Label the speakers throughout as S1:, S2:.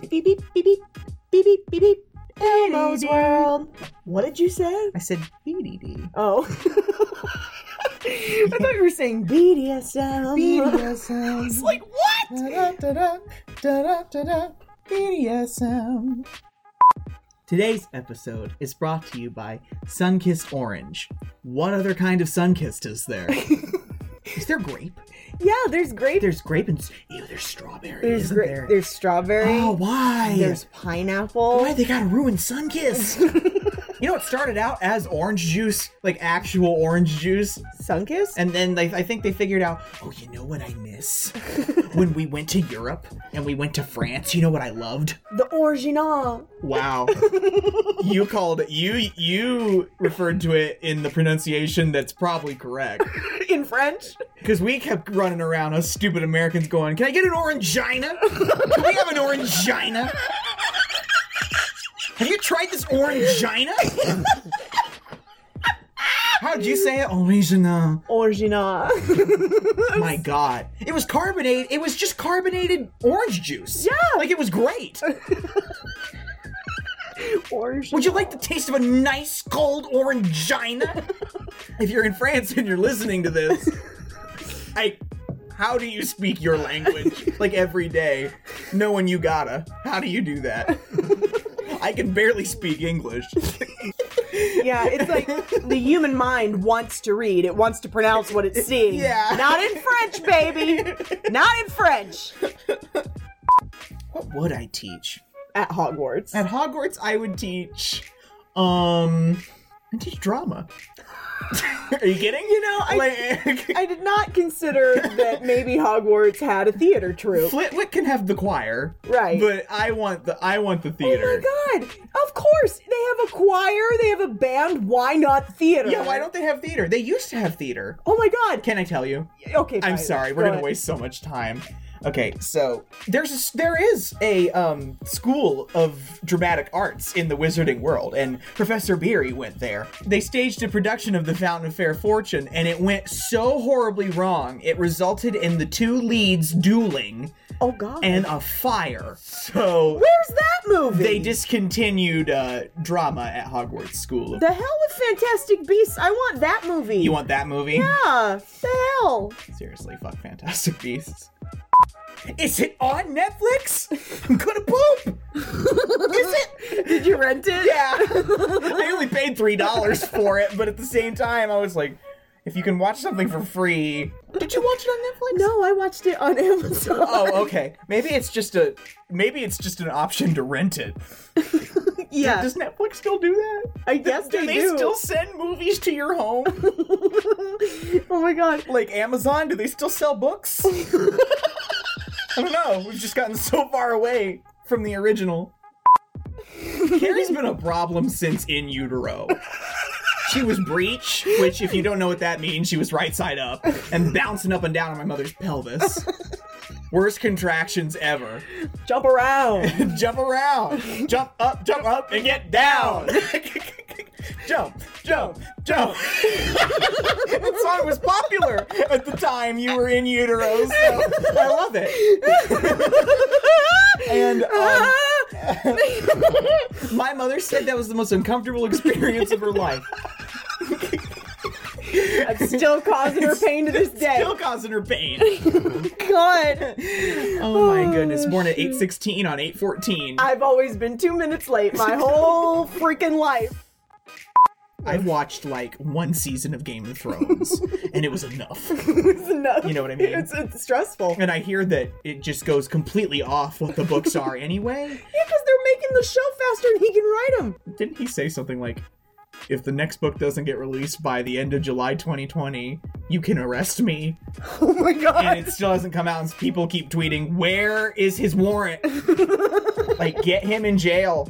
S1: Beep beep beep beep beep beep beep beep. Elmo's
S2: Dee, dee, dee.
S1: world. What did you say?
S2: I said BDD.
S1: Oh,
S2: I thought you were saying
S1: BDSM.
S2: BDSM.
S1: It's like what?
S2: BDSM. Today's episode is brought to you by Sunkissed Orange. What other kind of sunkissed is there? is there grape?
S1: Yeah, there's grape.
S2: There's grape and s- ew, there's strawberry.
S1: There's
S2: isn't
S1: grape.
S2: there?
S1: There's strawberry.
S2: oh, why?
S1: There's pineapple.
S2: why they gotta ruin Sunkissed? you know, it started out as orange juice, like actual orange juice,
S1: Sunkiss?
S2: and then they, I think they figured out, oh, you know what I miss? when we went to Europe and we went to France, you know what I loved?
S1: the original.
S2: Wow. you called it you you referred to it in the pronunciation that's probably correct.
S1: In French?
S2: Because we kept running around us stupid Americans going, Can I get an orangina? Can we have an orangina? Have you tried this orangina? How'd you say it? Orangina.
S1: Original.
S2: My god. It was carbonated. It was just carbonated orange juice.
S1: Yeah.
S2: Like it was great.
S1: original.
S2: Would you like the taste of a nice cold orangina? if you're in France and you're listening to this, I how do you speak your language like every day knowing you gotta? How do you do that? I can barely speak English.
S1: Yeah, it's like the human mind wants to read. It wants to pronounce what it's seeing.
S2: Yeah.
S1: Not in French, baby. Not in French.
S2: What would I teach?
S1: At Hogwarts.
S2: At Hogwarts I would teach um I teach drama. Are you kidding? You know, I like,
S1: I did not consider that maybe Hogwarts had a theater troupe.
S2: Flitwick can have the choir.
S1: Right.
S2: But I want the I want the theater.
S1: Oh my god! Of course! They have a choir, they have a band, why not theater?
S2: Yeah, why don't they have theater? They used to have theater.
S1: Oh my god!
S2: Can I tell you?
S1: Okay,
S2: I'm
S1: fine.
S2: sorry, we're
S1: Go
S2: gonna
S1: ahead.
S2: waste so much time. Okay, so there's a, s- there is a um, school of dramatic arts in the wizarding world, and Professor Beery went there. They staged a production of The Fountain of Fair Fortune, and it went so horribly wrong, it resulted in the two leads dueling
S1: Oh god.
S2: and a fire. So
S1: Where's that movie?
S2: they discontinued uh, drama at Hogwarts School. of-
S1: The hell with Fantastic Beasts! I want that movie!
S2: you want that movie?
S1: Yeah! The hell!
S2: Seriously, fuck Fantastic Beasts. Is it on Netflix? I'm gonna poop!
S1: Is it? Did you rent it?
S2: Yeah! I only paid $3 for it, but at the same time, I was like, if you can watch something for free. Did you watch it on Netflix?
S1: No, I watched it on Amazon.
S2: Oh, okay. Maybe it's just a maybe it's just an option to rent it.
S1: yeah.
S2: Does Netflix still do that?
S1: I guess
S2: do
S1: they,
S2: they
S1: do.
S2: still send movies to your home?
S1: oh my god.
S2: like Amazon, do they still sell books? I don't know. We've just gotten so far away from the original. Carrie's been a problem since in utero. She was breech, which, if you don't know what that means, she was right side up and bouncing up and down on my mother's pelvis. Worst contractions ever.
S1: Jump around.
S2: Jump around, jump up, jump up, and get down. jump, jump, jump. that song was popular at the time you were in utero, so I love it. and um, my mother said that was the most uncomfortable experience of her life.
S1: I'm still causing her pain to this day.
S2: Still causing her pain.
S1: God.
S2: Oh my goodness. Born at 816 on 814.
S1: I've always been two minutes late my whole freaking life.
S2: I've watched like one season of Game of Thrones, and it was enough.
S1: It's enough.
S2: You know what I mean?
S1: It's, it's stressful. Yeah,
S2: And I hear that it just goes completely off what the books are anyway.
S1: because they're making the show faster and he can write them.
S2: Didn't he say something like, if the next book doesn't get released by the end of July 2020, you can arrest me?
S1: Oh my god.
S2: And it still hasn't come out, and people keep tweeting, where is his warrant? like, get him in jail.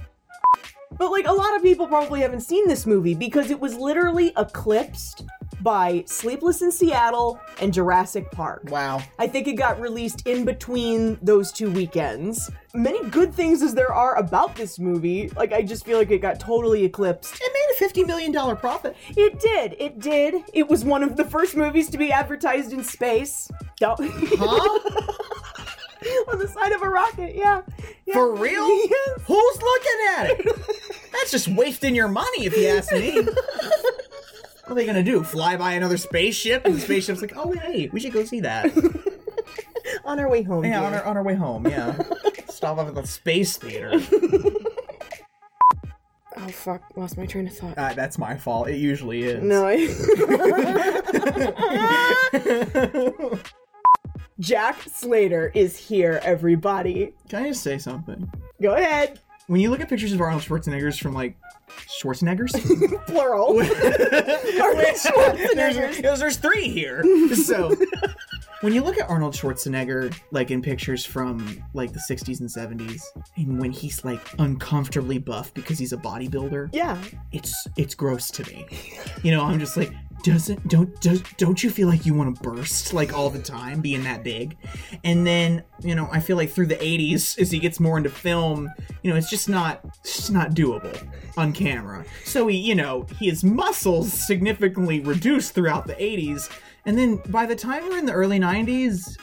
S1: But like a lot of people probably haven't seen this movie because it was literally eclipsed by Sleepless in Seattle and Jurassic Park.
S2: Wow.
S1: I think it got released in between those two weekends. Many good things as there are about this movie, like I just feel like it got totally eclipsed.
S2: It made a $50 million profit.
S1: It did. It did. It was one of the first movies to be advertised in space. Don't
S2: Huh?
S1: on the side of a rocket. Yeah. yeah.
S2: For real?
S1: Yes.
S2: Who's looking at it? That's just wasting your money, if you ask me. what are they gonna do? Fly by another spaceship? And the spaceship's like, oh hey, we should go see that.
S1: On our way home.
S2: Yeah,
S1: dear.
S2: on our on our way home. Yeah, stop off at the space theater.
S1: Oh fuck! Lost my train of thought.
S2: Uh, that's my fault. It usually is.
S1: no. I- Jack Slater is here, everybody.
S2: Can I just say something?
S1: Go ahead.
S2: When you look at pictures of Arnold Schwarzenegger's from like Schwarzeneggers,
S1: Plural.
S2: Arnold
S1: Schwarzeneggers.
S2: There's, there's three here. So when you look at Arnold Schwarzenegger, like in pictures from like the 60s and 70s, and when he's like uncomfortably buff because he's a bodybuilder,
S1: yeah.
S2: it's it's gross to me. You know, I'm just like, doesn't don't does, don't you feel like you want to burst like all the time being that big? And then you know, I feel like through the '80s, as he gets more into film, you know, it's just not it's just not doable on camera. So he, you know, his muscles significantly reduced throughout the '80s, and then by the time we're in the early '90s.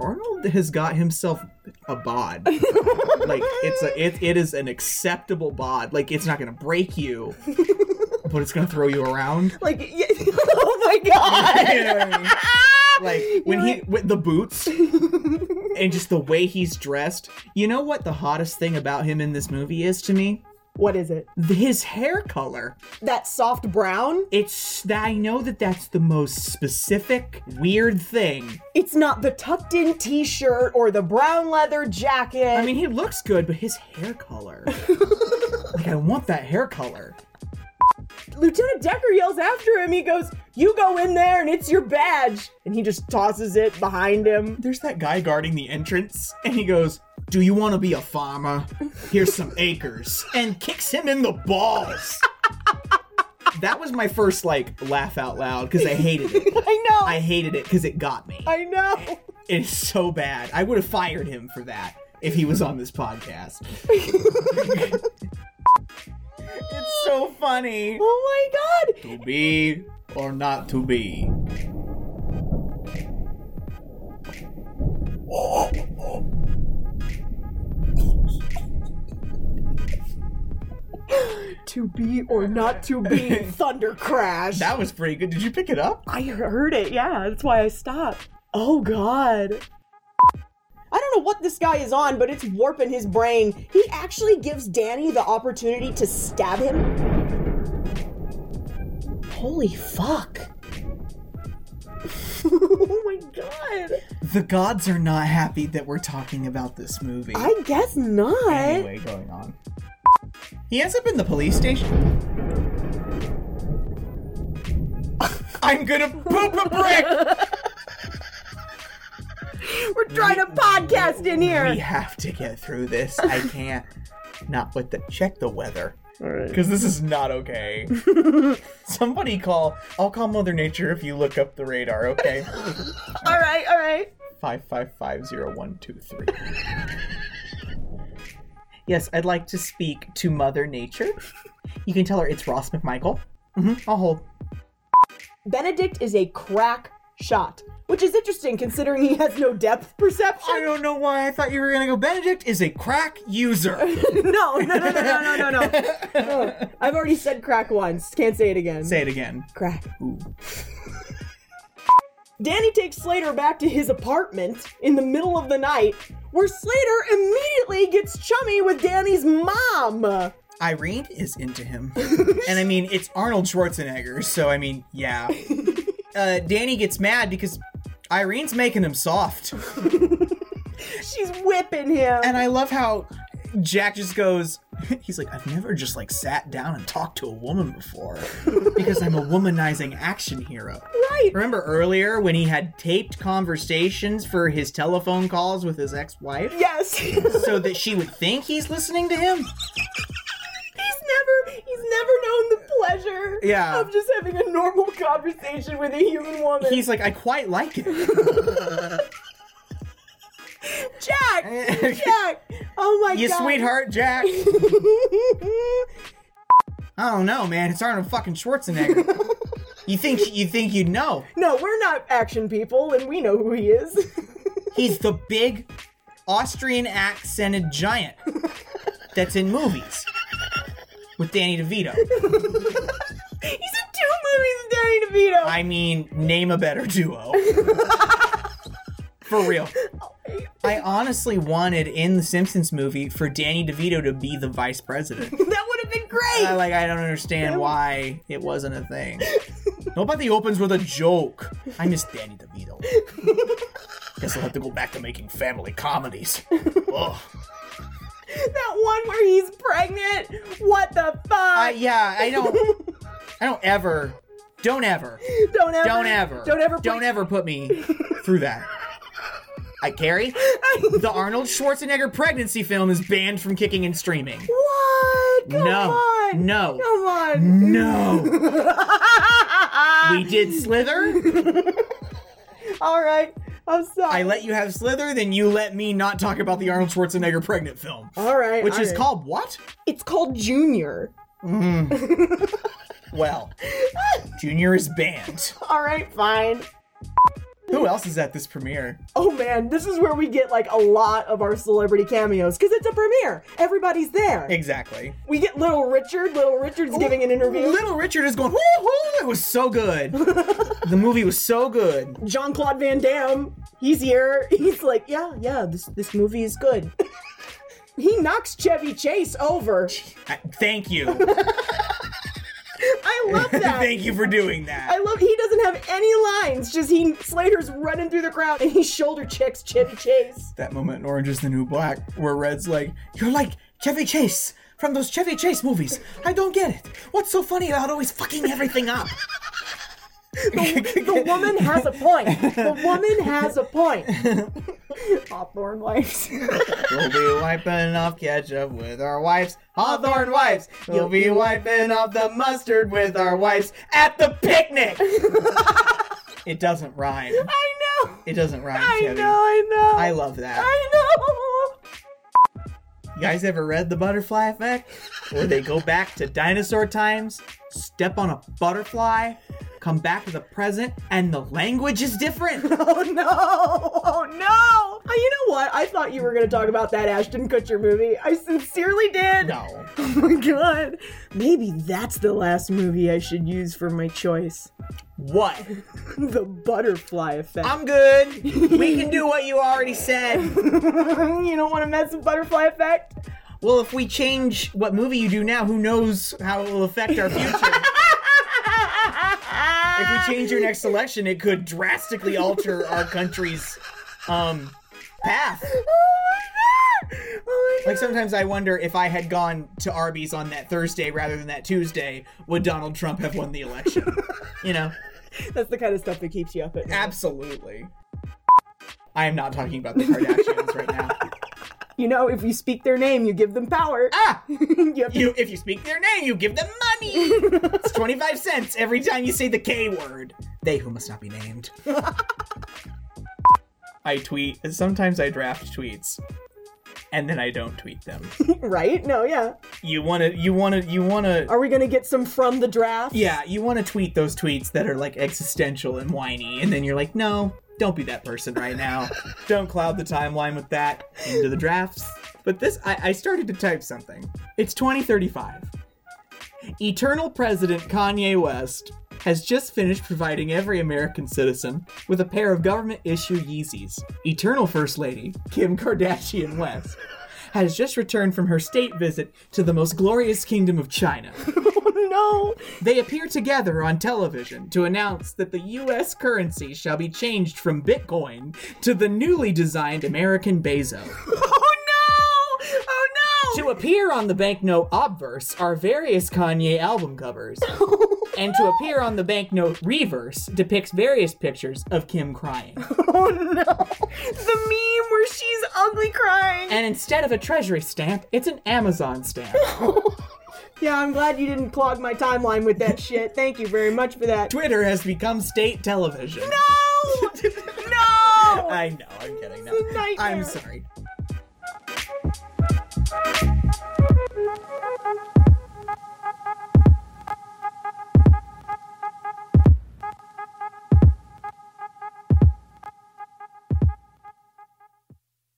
S2: Arnold has got himself a bod. like it's a it, it is an acceptable bod. Like it's not gonna break you, but it's gonna throw you around.
S1: Like. Yeah. oh my god.
S2: You know what I mean? Like when he with the boots and just the way he's dressed. You know what the hottest thing about him in this movie is to me?
S1: What is it?
S2: His hair color.
S1: That soft brown?
S2: It's I know that that's the most specific weird thing.
S1: It's not the tucked in t shirt or the brown leather jacket.
S2: I mean, he looks good, but his hair color. like I want that hair color.
S1: Lieutenant Decker yells after him. He goes, You go in there and it's your badge. And he just tosses it behind him.
S2: there's that guy guarding the entrance, and he goes, Do you want to be a farmer? Here's some acres. And kicks him in the balls. that was my first, like, laugh out loud because I hated it.
S1: I know.
S2: I hated it because it got me.
S1: I know.
S2: It's so bad. I would have fired him for that if he was on this podcast. it's so funny.
S1: Oh my god.
S2: To be or not to be.
S1: To be or not to be. Thunder crash.
S2: That was pretty good. Did you pick it up?
S1: I heard it. Yeah, that's why I stopped. Oh god. I don't know what this guy is on, but it's warping his brain. He actually gives Danny the opportunity to stab him. Holy fuck. oh my god.
S2: The gods are not happy that we're talking about this movie.
S1: I guess not.
S2: anyway, going on. He ends up in the police station. I'm gonna poop a brick!
S1: We're trying to podcast in
S2: we
S1: here.
S2: have to get through this. I can't. Not with the check the weather.
S1: Alright.
S2: Because this is not okay. Somebody call. I'll call Mother Nature if you look up the radar, okay?
S1: Alright, alright.
S2: 5550123. yes, I'd like to speak to Mother Nature. You can tell her it's Ross McMichael. hmm I'll hold.
S1: Benedict is a crack shot, which is interesting considering he has no depth perception.
S2: I don't know why I thought you were gonna go. Benedict is a crack user.
S1: no, no, no, no, no, no, no, no. Ugh. I've already said crack once. Can't say it again.
S2: Say it again.
S1: crack.
S2: Ooh.
S1: Danny takes Slater back to his apartment in the middle of the night, where Slater immediately gets chummy with Danny's mom.
S2: Irene is into him. and I mean, it's Arnold Schwarzenegger, so I mean, yeah. Uh, Danny gets mad because Irene's making him soft.
S1: She's whipping him.
S2: And I love how Jack just goes, he's like, I've never just like sat down and talked to a woman before because I'm a womanizing action hero.
S1: right.
S2: Remember earlier when he had taped conversations for his telephone calls with his ex wife
S1: Yes. he's never
S2: so that she would think he's listening to him?
S1: he's never known the pleasure
S2: Yeah.
S1: of just having a normal conversation with a human woman.
S2: He's like, I quite like it.
S1: Jack! Jack! Oh my
S2: you
S1: god.
S2: sweetheart, Jack. I don't know, man. It's Arnold fucking Schwarzenegger. you think you think you'd know?
S1: no, we're not action people and we know who he is.
S2: He's the big Austrian accented giant that's in movies with Danny DeVito.
S1: He's in two movies, Danny DeVito.
S2: I mean, name a better duo. for real. I honestly wanted in the Simpsons movie for Danny DeVito to be the vice president.
S1: that would have been great.
S2: I, like I don't understand why it wasn't a thing. Nobody opens with a joke. I miss Danny DeVito. Guess I'll have to go back to making family comedies. Ugh.
S1: that one where he's pregnant. What the fuck?
S2: I, yeah, I don't. I don't ever. Don't ever.
S1: don't ever.
S2: Don't ever.
S1: Don't ever.
S2: Don't ever put me through that. I carry.
S1: ever.
S2: The Arnold Schwarzenegger pregnancy film is banned from kicking and streaming.
S1: what? Come
S2: e- No.
S1: on.
S2: No.
S1: Come on.
S2: No. we did Slither.
S1: All right. I'm
S2: I
S1: sorry.
S2: let you have Slither, then you let me not talk about the Arnold Schwarzenegger pregnant film.
S1: all right.
S2: Which
S1: all
S2: is
S1: right.
S2: called what?
S1: It's called Junior.
S2: Well, Junior is banned.
S1: All right. Fine.
S2: Who else is at this premiere?
S1: Oh man, this is where we get like a lot of our celebrity cameos because it's a premiere. Everybody's there.
S2: Exactly.
S1: We get Little Richard. Little Richard's giving an interview.
S2: Little Richard is going, woohoo! It was so good. the movie was so good.
S1: Jean Claude Van Damme. He's here. He's like, yeah, yeah. This this movie is good. he knocks Chevy Chase over.
S2: I- thank you.
S1: I love that.
S2: thank you for doing that.
S1: I love. He doesn't have any lines. Just he Slater's running through the crowd and he shoulder checks Chevy Chase.
S2: that moment in Orange is the New Black where Red's like, You're like Chevy Chase from those Chevy Chase movies. I don't get it. What's so funny about always fucking everything up?
S1: The woman has a point. The woman has a point. Hawthorne wives.
S2: We'll be wiping off ketchup with our wipes, Hawthorne wipes. We'll be wiping off the mustard with our wipes at the picnic. it doesn't rhyme.
S1: I know.
S2: It doesn't rhyme,
S1: I
S2: Teddy.
S1: know. I know.
S2: I love that.
S1: I know.
S2: You guys ever read The Butterfly Effect? Where they go back to dinosaur times, step on a butterfly, come back to the present, and the language is different.
S1: Oh no! Oh no! Oh, you know what? I thought you were gonna talk about that Ashton Kutcher movie. I sincerely did.
S2: No.
S1: Oh my god! Maybe that's the last movie I should use for my choice.
S2: What?
S1: The Butterfly Effect.
S2: I'm good. We can do what you already said.
S1: you don't want to mess with Butterfly Effect?
S2: Well, if we change what movie you do now, who knows how it will affect our future? if we change your next election, it could drastically alter our country's um path.
S1: Oh my god! Oh my god!
S2: Like sometimes I wonder if I had gone to Arby's on that Thursday rather than that Tuesday, would Donald Trump have won the election? you know?
S1: That's the kind of stuff that keeps you up at night.
S2: Absolutely. I am not talking about the Kardashians right now.
S1: You know, if you speak their name, you give them power.
S2: Ah!
S1: you have to
S2: You if you speak their name, you give them money. it's 25 cents every time you say the K word. They who must not be named. I tweet, sometimes I draft tweets and then I don't tweet them.
S1: right? No, yeah.
S2: You want to you want to you want to
S1: Are we gonna get some from the draft?
S2: Yeah, you want to tweet those tweets that are like existential and whiny and then you're like, "No, don't be that person right now. don't cloud the timeline with that into the drafts." But this I, I started to type something. It's 2035. Eternal President Kanye West has just finished providing every American citizen with a pair of government issue Yeezys. Eternal First Lady Kim Kardashian West has just returned from her state visit to the most glorious kingdom of China.
S1: Oh, no.
S2: They appear together on television to announce that the US currency shall be changed from Bitcoin to the newly designed American Bezo.
S1: Oh no! Oh no!
S2: To appear on the banknote obverse are various Kanye album covers. and to appear on the banknote reverse depicts various pictures of Kim crying.
S1: Oh no! The meme where she's ugly crying.
S2: And instead of a treasury stamp, it's an Amazon stamp.
S1: Yeah, I'm glad you didn't clog my timeline with that shit. Thank you very much for that.
S2: Twitter has become state television.
S1: No! No!
S2: Uh, I know, I'm kidding. No.
S1: a nightmare.
S2: I'm sorry.